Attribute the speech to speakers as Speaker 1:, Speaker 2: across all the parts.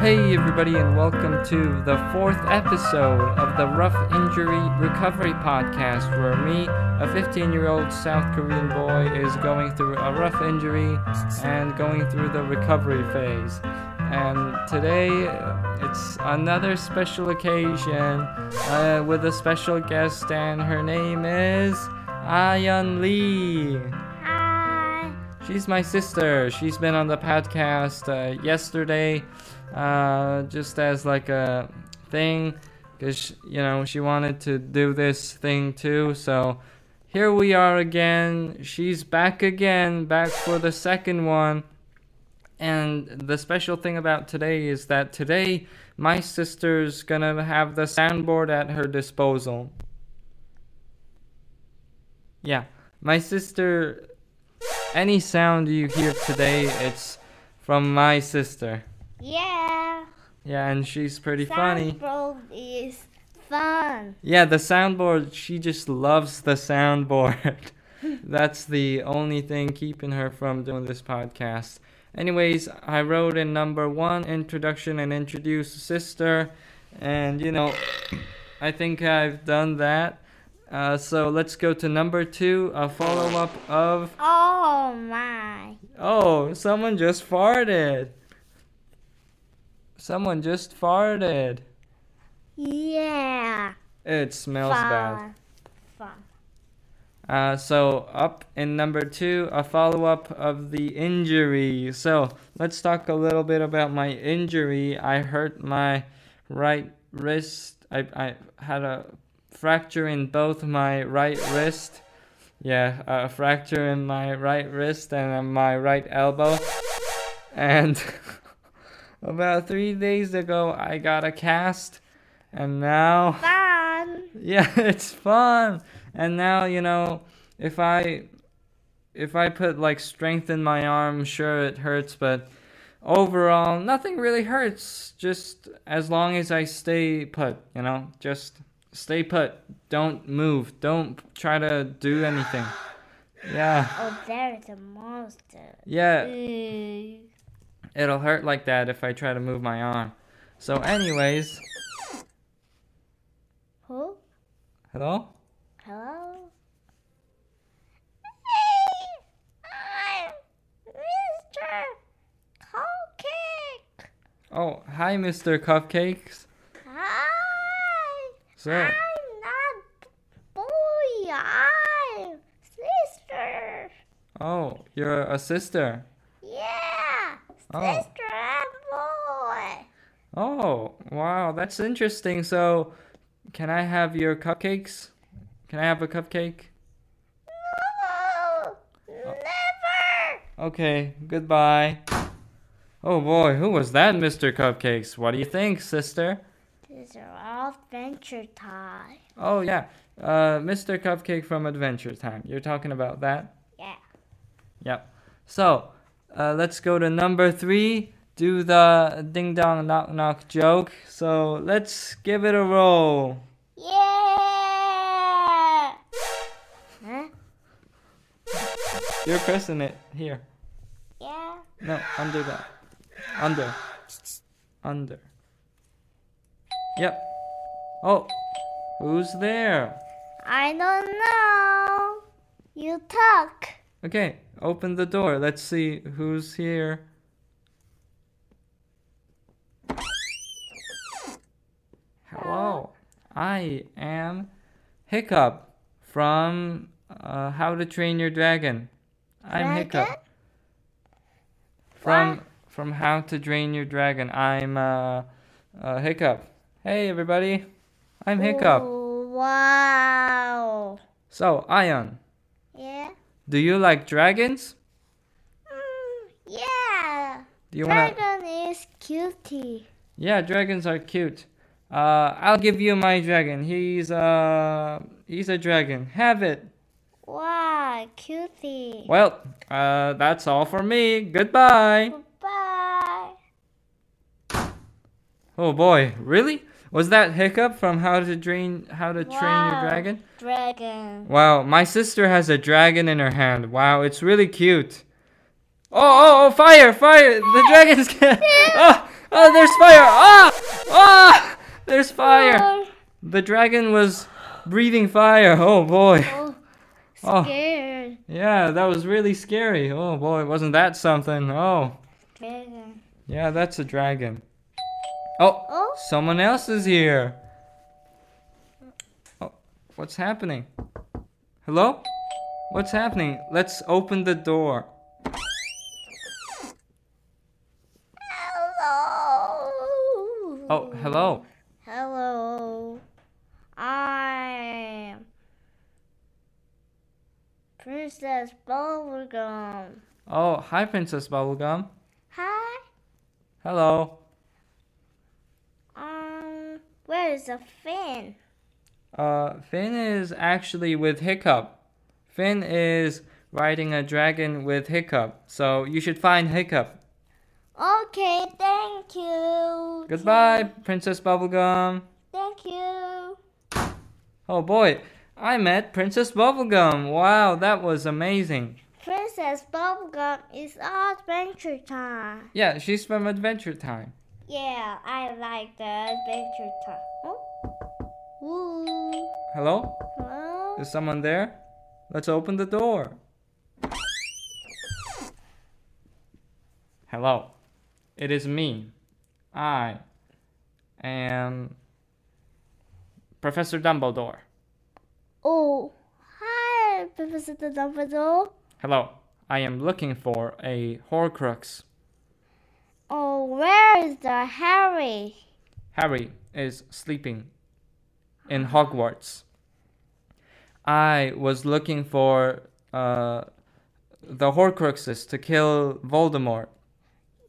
Speaker 1: Hey, everybody, and welcome to the fourth episode of the Rough Injury Recovery Podcast, where me, a 15 year old South Korean boy, is going through a rough injury and going through the recovery phase. And today, it's another special occasion uh, with a special guest, and her name is Ayun Lee.
Speaker 2: Hi.
Speaker 1: She's my sister. She's been on the podcast uh, yesterday, uh, just as like a thing, because you know she wanted to do this thing too. So here we are again. She's back again, back for the second one. And the special thing about today is that today my sister's gonna have the soundboard at her disposal. Yeah, my sister any sound you hear today, it's from my sister.
Speaker 2: Yeah.
Speaker 1: Yeah, and she's pretty funny.
Speaker 2: Soundboard is fun.
Speaker 1: Yeah, the soundboard, she just loves the soundboard. That's the only thing keeping her from doing this podcast. Anyways, I wrote in number one introduction and introduce sister, and you know, I think I've done that. Uh, so let's go to number two, a follow up of
Speaker 2: Oh my.
Speaker 1: Oh, someone just farted. Someone just farted.
Speaker 2: Yeah.
Speaker 1: It smells
Speaker 2: fun. Fun.
Speaker 1: bad. Uh, so, up in number two, a follow up of the injury. So, let's talk a little bit about my injury. I hurt my right wrist. I, I had a fracture in both my right wrist. Yeah, a fracture in my right wrist and on my right elbow. And about three days ago, I got a cast. And now.
Speaker 2: Fun.
Speaker 1: yeah it's fun and now you know if i if i put like strength in my arm sure it hurts but overall nothing really hurts just as long as i stay put you know just stay put don't move don't try to do anything yeah
Speaker 2: Oh, there is a monster.
Speaker 1: yeah
Speaker 2: Ooh.
Speaker 1: It'll hurt like that if I try to move my arm. So, anyways,
Speaker 2: Who?
Speaker 1: hello?
Speaker 2: Hello? Hey! I'm Mr. Cupcake.
Speaker 1: Oh, hi, Mr. Cupcakes.
Speaker 2: Hi.
Speaker 1: So,
Speaker 2: I'm not boy. I'm sister.
Speaker 1: oh, you're a sister.
Speaker 2: Yeah,
Speaker 1: Oh.
Speaker 2: sister and boy.
Speaker 1: Oh, wow, that's interesting. So, can I have your cupcakes? Can I have a cupcake? Oh.
Speaker 2: No, Oh, never.
Speaker 1: Okay, goodbye. Oh boy, who was that, Mr. Cupcakes? What do you think, sister?
Speaker 2: These are all adventure time.
Speaker 1: Oh, yeah, uh, Mr. Cupcake from Adventure Time. You're talking about that?
Speaker 2: Yeah.
Speaker 1: Yep. So, uh, let's go to number three. Do the ding dong knock knock joke. So, let's give it a roll.
Speaker 2: Yeah. Huh?
Speaker 1: You're pressing it here.
Speaker 2: Yeah.
Speaker 1: No, under that. Under. Under. Yep. Oh, who's there?
Speaker 2: I don't know. You talk.
Speaker 1: Okay, open the door. Let's see who's here. Hello, I am Hiccup from uh, How to Train Your Dragon. I'm Hiccup. from from How to Drain Your Dragon. I'm uh, uh, Hiccup. Hey everybody, I'm Hiccup.
Speaker 2: Ooh, wow.
Speaker 1: So Ion,
Speaker 2: Yeah.
Speaker 1: do you like dragons?
Speaker 2: Mm, yeah.
Speaker 1: Do you wanna?
Speaker 2: Dragon is cutie.
Speaker 1: Yeah, dragons are cute. Uh, I'll give you my dragon. He's uh he's a dragon. Have it.
Speaker 2: Wow, cutie.
Speaker 1: Well, uh, that's all for me. Goodbye.
Speaker 2: Bye.
Speaker 1: Oh boy, really? Was that Hiccup from How to Drain How to Train
Speaker 2: Wow.
Speaker 1: Your Dragon?
Speaker 2: Dragon.
Speaker 1: Wow, my sister has a dragon in her hand. Wow, it's really cute. Oh, oh, oh fire, fire! The dragon's ca- oh, Oh, there's fire! Ah! Ah! There's fire!
Speaker 2: Oh.
Speaker 1: The dragon was breathing fire. Oh boy.
Speaker 2: Oh,
Speaker 1: Oh.
Speaker 2: scared.
Speaker 1: Yeah, that was really scary. Oh boy, wasn't that something? Oh.
Speaker 2: Dragon.
Speaker 1: Yeah, that's a dragon. Oh,
Speaker 2: Oh,
Speaker 1: someone else is here. Oh, what's happening? Hello? What's happening? Let's open the door.
Speaker 2: hello.
Speaker 1: Oh, hello.
Speaker 2: Hello. I am Princess Bubblegum.
Speaker 1: Oh, hi, Princess Bubblegum.
Speaker 2: Hi.
Speaker 1: Hello.
Speaker 2: Um, where is the fin?
Speaker 1: Uh, Finn is actually with Hiccup. Finn is riding a dragon with Hiccup, so you should find Hiccup.
Speaker 2: Okay, thank you.
Speaker 1: Goodbye, Princess Bubblegum.
Speaker 2: Thank you.
Speaker 1: Oh boy, I met Princess Bubblegum. Wow, that was amazing.
Speaker 2: Princess Bubblegum is adventure time.
Speaker 1: Yeah, she's from Adventure Time.
Speaker 2: Yeah, I like the adventure time. Oh. Woo.
Speaker 1: Hello?
Speaker 2: Hello?
Speaker 1: Is someone there? Let's open the door. Hello. It is me. I am Professor Dumbledore.
Speaker 2: Oh, hi, Professor Dumbledore.
Speaker 1: Hello. I am looking for a Horcrux.
Speaker 2: Oh, where is the Harry?
Speaker 1: Harry is sleeping in Hogwarts. I was looking for uh, the Horcruxes to kill Voldemort.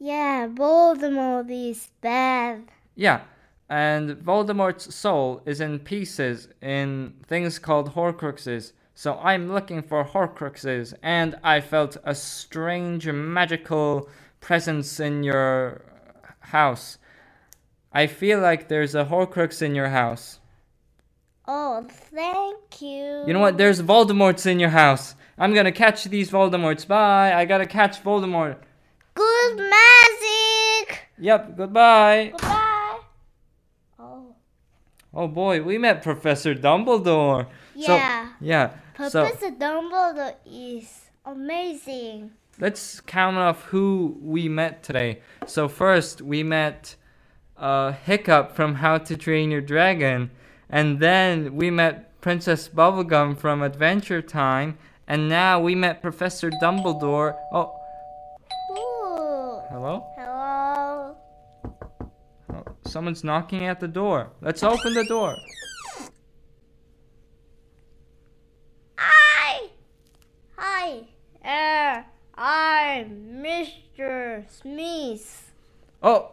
Speaker 2: Yeah, Voldemort is bad.
Speaker 1: Yeah, and Voldemort's soul is in pieces in things called Horcruxes. So I'm looking for Horcruxes, and I felt a strange magical presence in your house. I feel like there's a Horcrux in your house.
Speaker 2: Oh, thank you.
Speaker 1: You know what? There's Voldemorts in your house. I'm gonna catch these Voldemorts. Bye. I gotta catch Voldemort.
Speaker 2: Good magic.
Speaker 1: Yep. Goodbye.
Speaker 2: Goodbye. Oh,
Speaker 1: Oh boy, we met Professor Dumbledore.
Speaker 2: Yeah.
Speaker 1: So, yeah. So
Speaker 2: Professor Dumbledore is amazing.
Speaker 1: let's count off who we met today. So first we met uh, Hiccup from How to Train Your Dragon, and then we met Princess Bubblegum from Adventure Time, and now we met Professor Dumbledore. Oh,
Speaker 2: Ooh.
Speaker 1: hello.
Speaker 2: Hello.
Speaker 1: Oh, someone's knocking at the door. Let's open the door.
Speaker 2: Hi. Hi. Uh, I'm Mr. Smith.
Speaker 1: Oh,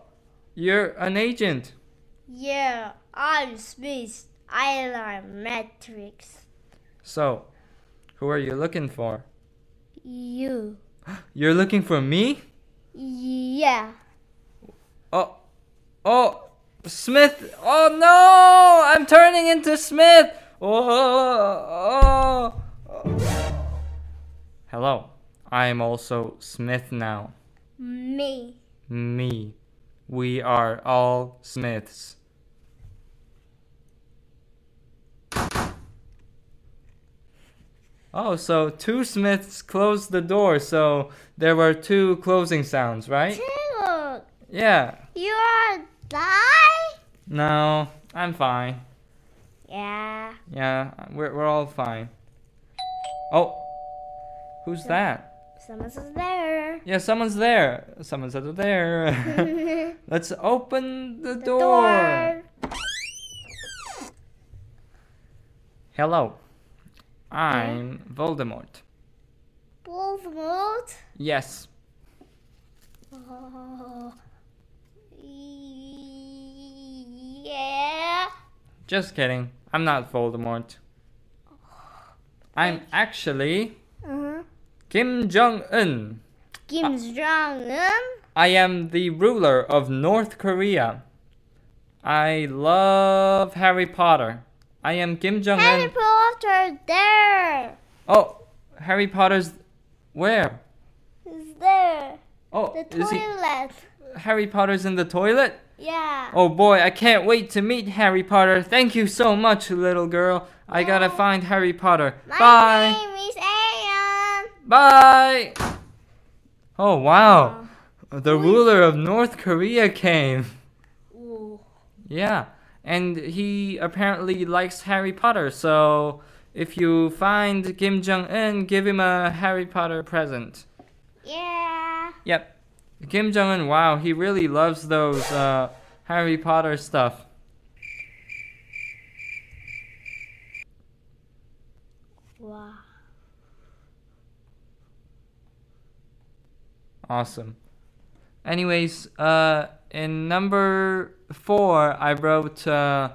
Speaker 1: you're an agent.
Speaker 2: Yeah, I'm Smith. I like Matrix.
Speaker 1: So, who are you looking for?
Speaker 2: You.
Speaker 1: You're looking for me?
Speaker 2: Yeah.
Speaker 1: Oh, oh, Smith. Oh no, I'm turning into Smith. Oh, oh. Hello, I'm also Smith now.
Speaker 2: Me.
Speaker 1: Me. We are all Smiths. Oh, so two Smiths closed the door, so there were two closing sounds, right?
Speaker 2: Taylor,
Speaker 1: Yeah.
Speaker 2: you are die?
Speaker 1: No, I'm fine.
Speaker 2: Yeah.
Speaker 1: Yeah, we're, we're all fine. Oh, who's that?
Speaker 2: Someone's there.
Speaker 1: Yeah, someone's there. Someone's over there. Let's open the,
Speaker 2: The
Speaker 1: door. Hello. I'm Voldemort.
Speaker 2: Voldemort.
Speaker 1: Yes.
Speaker 2: Oh. Yeah.
Speaker 1: Just kidding. I'm not Voldemort. I'm actually
Speaker 2: Uh-huh.
Speaker 1: Kim Jong Un. Ah.
Speaker 2: Kim Jong Un.
Speaker 1: I am the ruler of North Korea. I love Harry Potter. I am Kim Jong
Speaker 2: Harry
Speaker 1: Un.
Speaker 2: Potter there.
Speaker 1: Oh, Harry Potter's where?
Speaker 2: Is there
Speaker 1: Oh,
Speaker 2: the
Speaker 1: is he?
Speaker 2: toilet?
Speaker 1: Harry Potter's in the toilet?
Speaker 2: Yeah.
Speaker 1: Oh boy, I can't wait to meet Harry Potter. Thank you so much, little girl. I gotta find Harry Potter.
Speaker 2: My
Speaker 1: Bye.
Speaker 2: name is Aaron.
Speaker 1: Bye. Oh wow.
Speaker 2: Oh.
Speaker 1: The ruler of North Korea came.
Speaker 2: Ooh.
Speaker 1: Yeah. And he apparently likes Harry Potter, so if you find Kim Jong un, give him a Harry Potter present.
Speaker 2: Yeah.
Speaker 1: Yep. Kim Jong un, wow, he really loves those uh, Harry Potter stuff.
Speaker 2: Wow.
Speaker 1: Awesome. Anyways, uh, in number four, I wrote uh,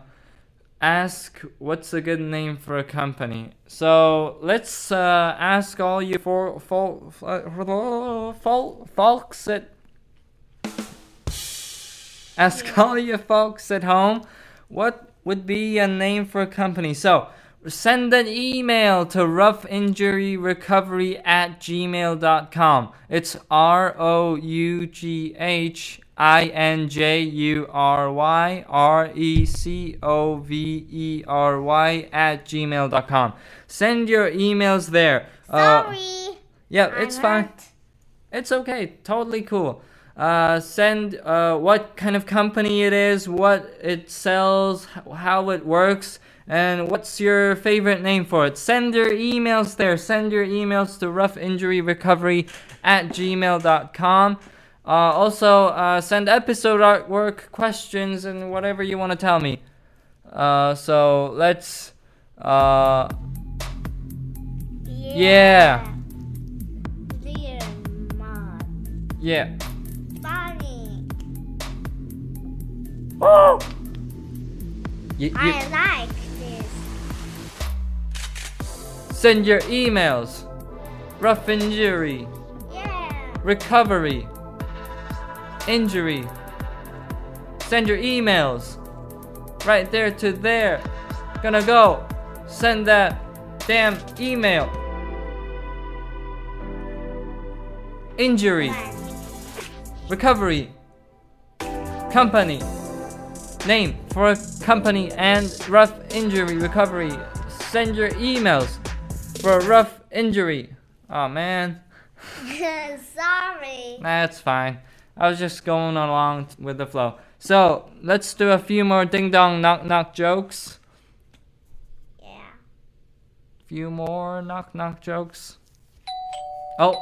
Speaker 1: ask what's a good name for a company. So let's uh, ask all you for fol, fol, fol, folks at ask all you folks at home what would be a name for a company. So send an email to roughinjuryrecovery at gmail.com. It's R O U G H I N J U R Y R E C O V E R Y at gmail.com. Send your emails there. Uh,
Speaker 2: Sorry.
Speaker 1: yeah,
Speaker 2: I
Speaker 1: it's fine.
Speaker 2: meant-
Speaker 1: It's okay. Totally cool. Uh, send uh, what kind of company it is, what it sells, h- how it works, and what's your favorite name for it. Send your emails there. Send your emails to roughinjuryrecovery at gmail.com. Uh, also, uh, send episode artwork, questions, and whatever you want to tell me. Uh, so let's. Uh,
Speaker 2: Yeah. Dear mom.
Speaker 1: yeah.
Speaker 2: Funny.
Speaker 1: Y- y-
Speaker 2: I like this.
Speaker 1: Send your emails. Rough injury,
Speaker 2: Yeah.
Speaker 1: recovery, injury. Send your emails. Right there to there. Gonna go. Send that damn email. Injury, recovery, company. Name for a company and rough injury recovery. Send your emails for a rough injury. Oh man.
Speaker 2: Sorry.
Speaker 1: That's fine. I was just going along t- with the flow. So let's do a few more ding dong knock knock jokes.
Speaker 2: Yeah.
Speaker 1: Few more knock knock jokes. Oh,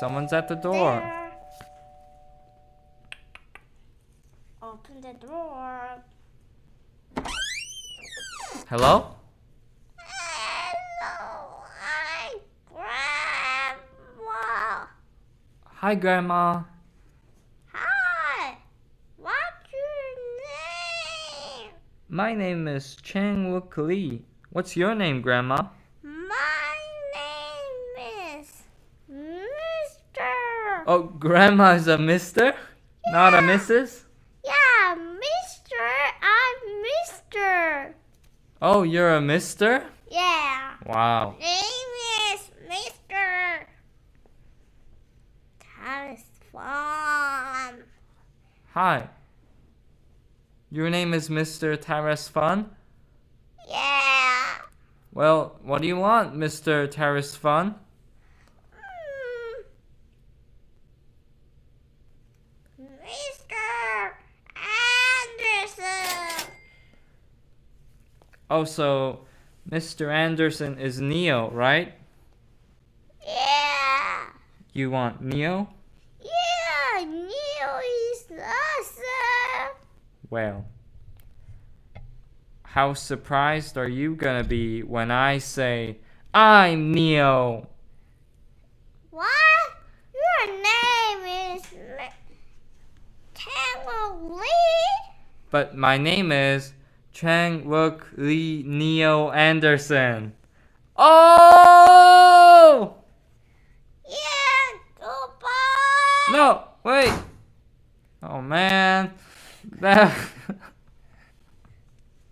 Speaker 1: someone's at the door.
Speaker 2: There. Open the door.
Speaker 1: Hello?
Speaker 2: Hello,
Speaker 1: Hi,
Speaker 2: I grandma.
Speaker 1: Grandma.
Speaker 2: Hi. What's your name?
Speaker 1: My name is Chang Wook Lee. What's your name, Grandma?
Speaker 2: My name is Mr.
Speaker 1: Oh, Grandma is a Mister, not a
Speaker 2: Yeah.
Speaker 1: Mrs.
Speaker 2: Yeah, Mr. I'm Mr.
Speaker 1: Oh, you're a Mister.
Speaker 2: Yeah.
Speaker 1: Wow.
Speaker 2: Name is Mr. That is fun.
Speaker 1: Hi. Your name is Mister Taras Fun.
Speaker 2: Yeah.
Speaker 1: Well, what do you want, Mr. Terrorist Fun?
Speaker 2: Mm. Mr. Anderson.
Speaker 1: Oh, so Mr. Anderson is Neo, right?
Speaker 2: Yeah.
Speaker 1: You want Neo?
Speaker 2: Yeah, Neil is awesome.
Speaker 1: Well, how surprised are you gonna be when I say, I'm Neo?
Speaker 2: What? Your name is Tango Lee?
Speaker 1: But my name is Chang Wook Lee Neo Anderson. Oh!
Speaker 2: Yeah, goodbye.
Speaker 1: No, wait. Oh man. That.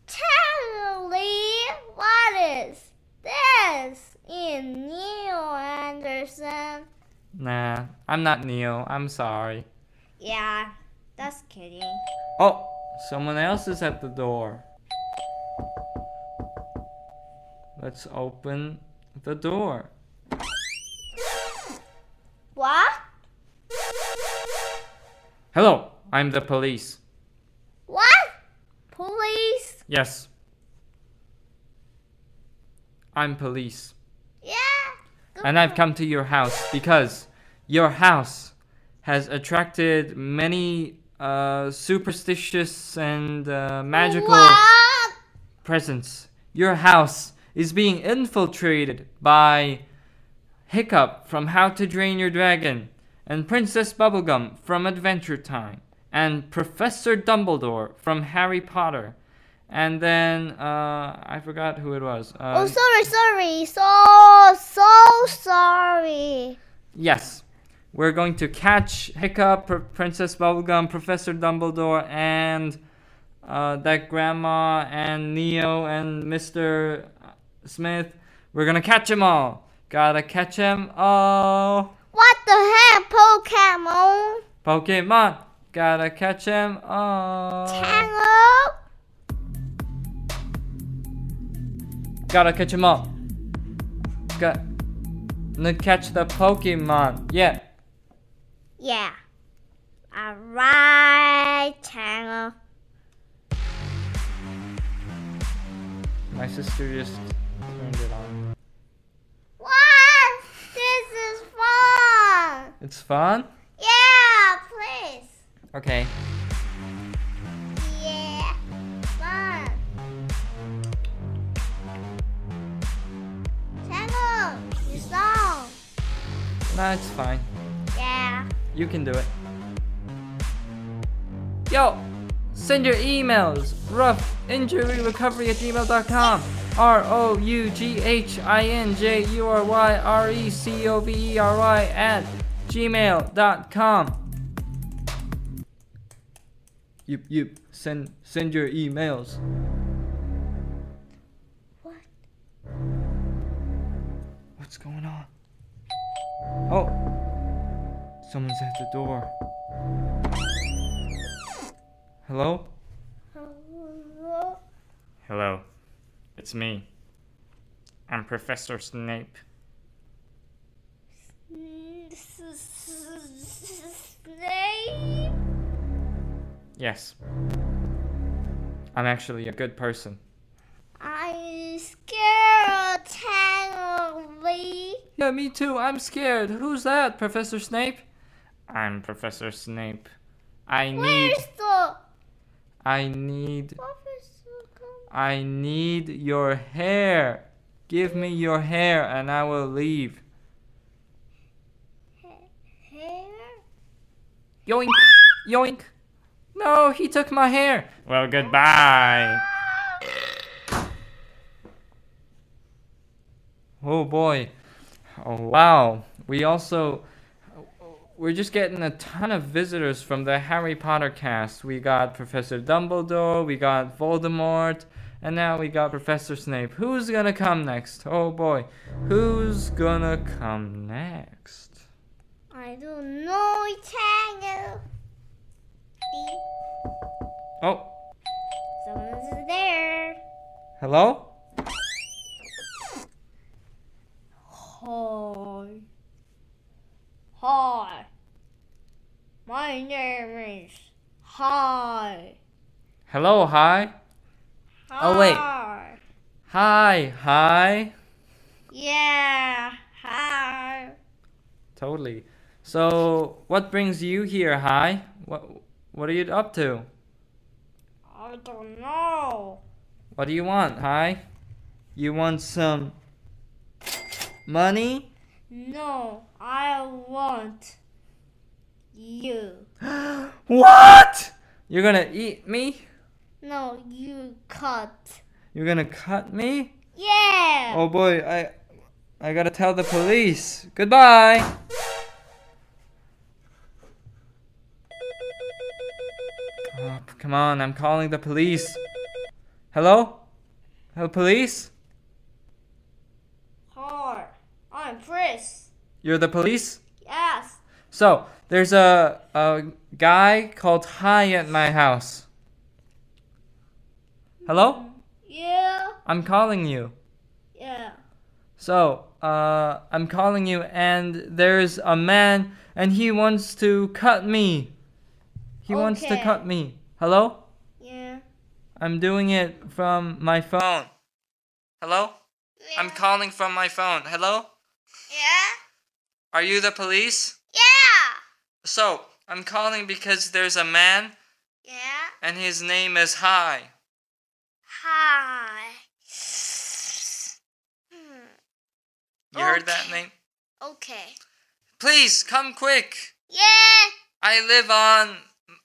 Speaker 2: Tango Lee, what is this? In Neil Anderson.
Speaker 1: Nah, I'm not Neo. I'm sorry.
Speaker 2: Yeah, that's kidding.
Speaker 1: Oh, someone else is at the door. Let's open the door.
Speaker 2: What?
Speaker 1: Hello, I'm the police.
Speaker 2: What? Police?
Speaker 1: Yes. I'm police.
Speaker 2: Yeah. go
Speaker 1: And I've
Speaker 2: on.
Speaker 1: come to your house because your house has attracted many uh, superstitious and uh, magical
Speaker 2: What?
Speaker 1: presence. Your house is being infiltrated by Hiccup from How to Drain Your Dragon, and Princess Bubblegum from Adventure Time, and Professor Dumbledore from Harry Potter. And then uh, I forgot who it was.
Speaker 2: Oh,
Speaker 1: Uh,
Speaker 2: sorry, sorry. So, so sorry.
Speaker 1: yes, we're going to catch Hiccup, Pr- Princess Bubblegum, Professor Dumbledore, and uh, that grandma and Neo and Mr. Smith. We're gonna catch 'em all. Gotta catch 'em all.
Speaker 2: What the heck,
Speaker 1: Oh.
Speaker 2: Pokemon?
Speaker 1: Pokemon, gotta catch 'em all.
Speaker 2: Hang up.
Speaker 1: Gotta catch 'em all. Got to catch the Pokemon. Yeah.
Speaker 2: Yeah. Alright, channel.
Speaker 1: My sister just turned it on.
Speaker 2: What? This is fun.
Speaker 1: It's fun.
Speaker 2: Yeah, please.
Speaker 1: Okay.
Speaker 2: Yeah, fun. Channel, your song.
Speaker 1: Nah, it's fine.
Speaker 2: Yeah.
Speaker 1: You can do it. Yo, send your emails. Rough injury recovery at gmail.com. R O U G H I N J U R Y R E C O V E R Y at gmail.com. Yep, yep. Send send your emails.
Speaker 2: What?
Speaker 1: What's going on? Oh, someone's at the door. Hello?
Speaker 2: Hello?
Speaker 1: Hello. It's me. I'm Professor Snape.
Speaker 2: S- s- s- Snape?
Speaker 1: Yes. I'm actually a good person.
Speaker 2: I'm scared of Tangley.
Speaker 1: Yeah, me too. I'm scared. Who's that, Professor Snape? I'm Professor Snape. I need
Speaker 2: Where's the
Speaker 1: I need
Speaker 2: officer come?
Speaker 1: I need your hair. Give me your hair and I will leave.
Speaker 2: He- Here?
Speaker 1: Yoink. Yoink. No, he took my hair. Well, goodbye. Oh boy. Oh wow. We also we're just getting a ton of visitors from the Harry Potter cast. We got Professor Dumbledore, we got Voldemort, and now we got Professor Snape. Who's going to come next? Oh boy. Who's going to come next?
Speaker 2: I don't know Tangle. See?
Speaker 1: Oh,
Speaker 2: Someone's there.
Speaker 1: hello?
Speaker 2: Hi. Hi. My name is Hi.
Speaker 1: Hello, hi. Oh, wait.
Speaker 2: Hi.
Speaker 1: Hi, hi.
Speaker 2: Yeah. Hi.
Speaker 1: Totally. So, what brings you here, hi? What what are you up to?
Speaker 2: I don't know.
Speaker 1: What do you want, hi? You want some money?
Speaker 2: No, I want you.
Speaker 1: what? You're gonna eat me?
Speaker 2: No, you cut.
Speaker 1: You're gonna cut me?
Speaker 2: Yeah.
Speaker 1: Oh boy, I I gotta tell the police. Goodbye. Oh, p- come on, I'm calling the police. Hello? Hello, police?
Speaker 2: Hi. I'm Chris.
Speaker 1: You're the police?
Speaker 2: Yes.
Speaker 1: So there's a a guy called Hi at my house. Hello,
Speaker 2: Yeah.
Speaker 1: I'm calling you.
Speaker 2: Yeah.
Speaker 1: So uh, I'm calling you, and there's a man, and he wants to cut me. He wants to
Speaker 2: Okay.
Speaker 1: cut me. Hello,
Speaker 2: Yeah.
Speaker 1: I'm doing it from my phone. Hello, I'm calling from my phone. Hello,
Speaker 2: Yeah.
Speaker 1: are you the police?
Speaker 2: Yeah.
Speaker 1: So, I'm calling because there's a man
Speaker 2: Yeah.
Speaker 1: and his name is Hi.
Speaker 2: Hi. Hmm.
Speaker 1: You heard that
Speaker 2: Okay.
Speaker 1: name?
Speaker 2: Okay.
Speaker 1: Please come quick.
Speaker 2: Yeah.
Speaker 1: I live on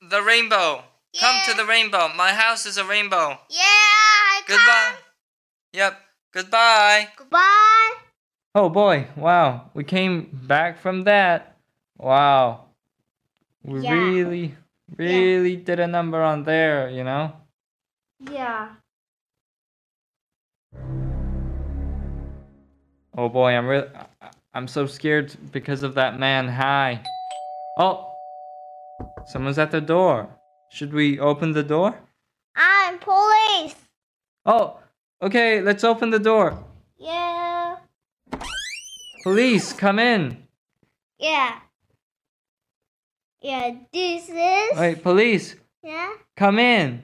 Speaker 1: the rainbow. Come to
Speaker 2: Yeah.
Speaker 1: the rainbow. My house is a rainbow.
Speaker 2: Yeah. I
Speaker 1: Goodbye.
Speaker 2: come.
Speaker 1: Yep. Goodbye.
Speaker 2: Goodbye.
Speaker 1: Oh boy. Wow. We came back from that. Wow. We
Speaker 2: Yeah.
Speaker 1: really really did a number on there, you know?
Speaker 2: Yeah.
Speaker 1: Oh boy, I'm really, I'm so scared because of that man. Hi. Oh, someone's at the door. Should we open the door?
Speaker 2: I'm police.
Speaker 1: Oh, okay, let's open the door.
Speaker 2: Yeah.
Speaker 1: Police, come in.
Speaker 2: Yeah. Yeah. This is.
Speaker 1: Wait, police,
Speaker 2: Yeah.
Speaker 1: come in.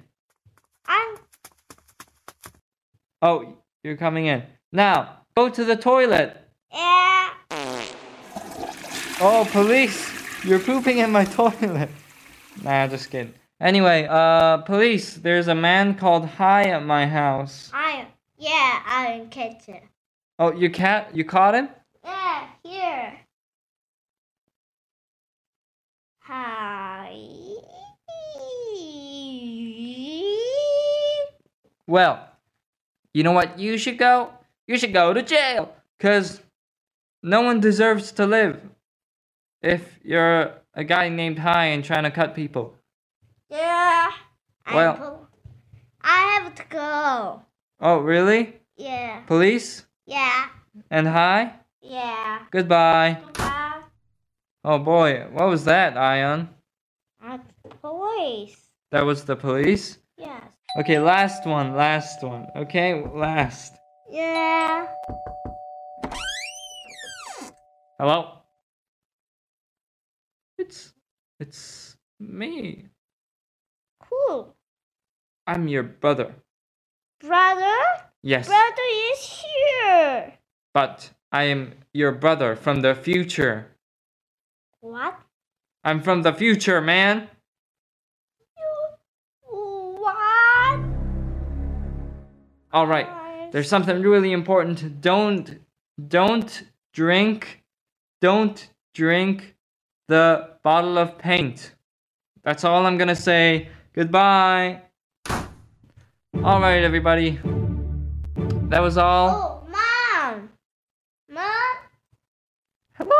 Speaker 2: I'm.
Speaker 1: Oh, you're coming in. Now, go to the toilet.
Speaker 2: Yeah.
Speaker 1: Oh, police, you're pooping in my toilet. Nah, just kidding. Anyway, uh, police, there's a man called Hi at my house.
Speaker 2: I'm. Yeah. I'm in kitchen.
Speaker 1: Oh, you cat, you caught him?
Speaker 2: Yeah. Here. Hi.
Speaker 1: Well, you know what? You should go. You should go to jail. Because no one deserves to live if you're a guy named High and trying to cut people.
Speaker 2: Yeah. I'm
Speaker 1: Well-
Speaker 2: pol- I have to go.
Speaker 1: Oh, really?
Speaker 2: Yeah.
Speaker 1: Police?
Speaker 2: Yeah.
Speaker 1: And High?
Speaker 2: Yeah.
Speaker 1: Goodbye.
Speaker 2: Goodbye.
Speaker 1: Oh boy, what was that, Ion?
Speaker 2: I'm Uh, police.
Speaker 1: That was the police?
Speaker 2: Yes.
Speaker 1: Okay, last one, last one. Okay, last.
Speaker 2: Yeah.
Speaker 1: Hello? It's. It's me.
Speaker 2: Cool.
Speaker 1: I'm your brother.
Speaker 2: Brother?
Speaker 1: Yes.
Speaker 2: Brother is here.
Speaker 1: But I am your brother from the future.
Speaker 2: What?
Speaker 1: I'm from the future, man.
Speaker 2: What?
Speaker 1: All right. There's something really important. Don't don't drink don't drink the bottle of paint. That's all I'm going to say. Goodbye. All right, everybody. That was all.
Speaker 2: Oh, mom. Mom?
Speaker 1: Hello?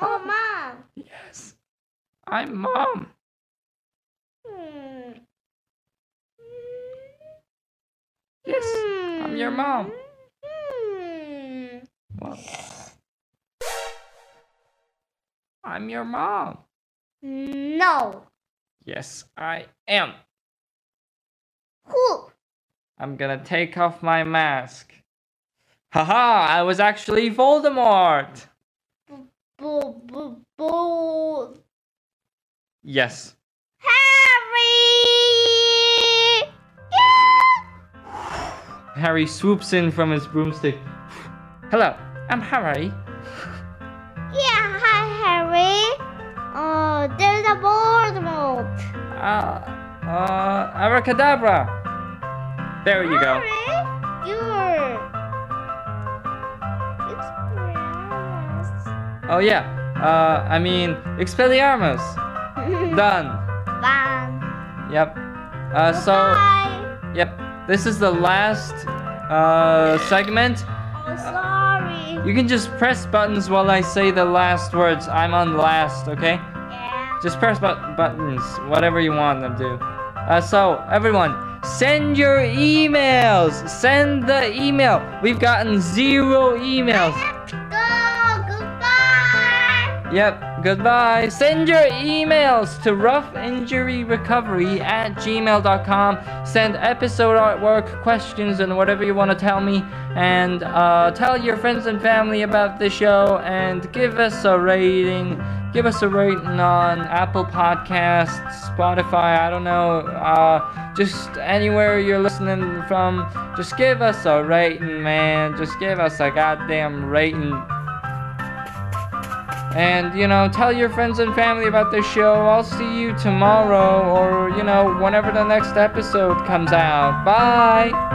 Speaker 2: Oh, mom.
Speaker 1: Yes. I'm mom.
Speaker 2: Hmm.
Speaker 1: Yes. I'm your mom.
Speaker 2: Hmm.
Speaker 1: Well, I'm your mom.
Speaker 2: Hmm. No.
Speaker 1: Yes, I am.
Speaker 2: Who?
Speaker 1: I'm gonna take off my mask. Haha, I was actually Voldemort!
Speaker 2: Boo, boo, boo.
Speaker 1: Yes.
Speaker 2: Harry! Yeah!
Speaker 1: Harry swoops in from his broomstick. Hello, I'm Harry.
Speaker 2: Yeah, hi, Harry. Oh, there's a Voldemort.
Speaker 1: Uh, uh, abracadabra! There you go.
Speaker 2: Harry, you're. It's pronounced.
Speaker 1: Oh, yeah. Uh, I mean, Expelliarmus. Done.
Speaker 2: Fun.
Speaker 1: Yep. Uh,
Speaker 2: Oh,
Speaker 1: so,
Speaker 2: Bye.
Speaker 1: yep. This is the last, uh, segment.
Speaker 2: Oh, sorry.
Speaker 1: You can just press buttons while I say the last words. I'm on last, okay?
Speaker 2: Yeah.
Speaker 1: Just press but- buttons, whatever you want them to. Uh, so, everyone, send your emails. Send the email. We've gotten zero
Speaker 2: I
Speaker 1: emails.
Speaker 2: have to go. Goodbye.
Speaker 1: Yep, goodbye. Send your emails to roughinjuryrecovery at gmail.com. Send episode artwork, questions, and whatever you want to tell me. And uh, tell your friends and family about the show and give us a rating. Give us a rating on Apple Podcasts, Spotify, I don't know, uh, just anywhere you're listening from. Just give us a rating, man. Just give us a goddamn rating. And, you know, tell your friends and family about this show. I'll see you tomorrow or, you know, whenever the next episode comes out. Bye!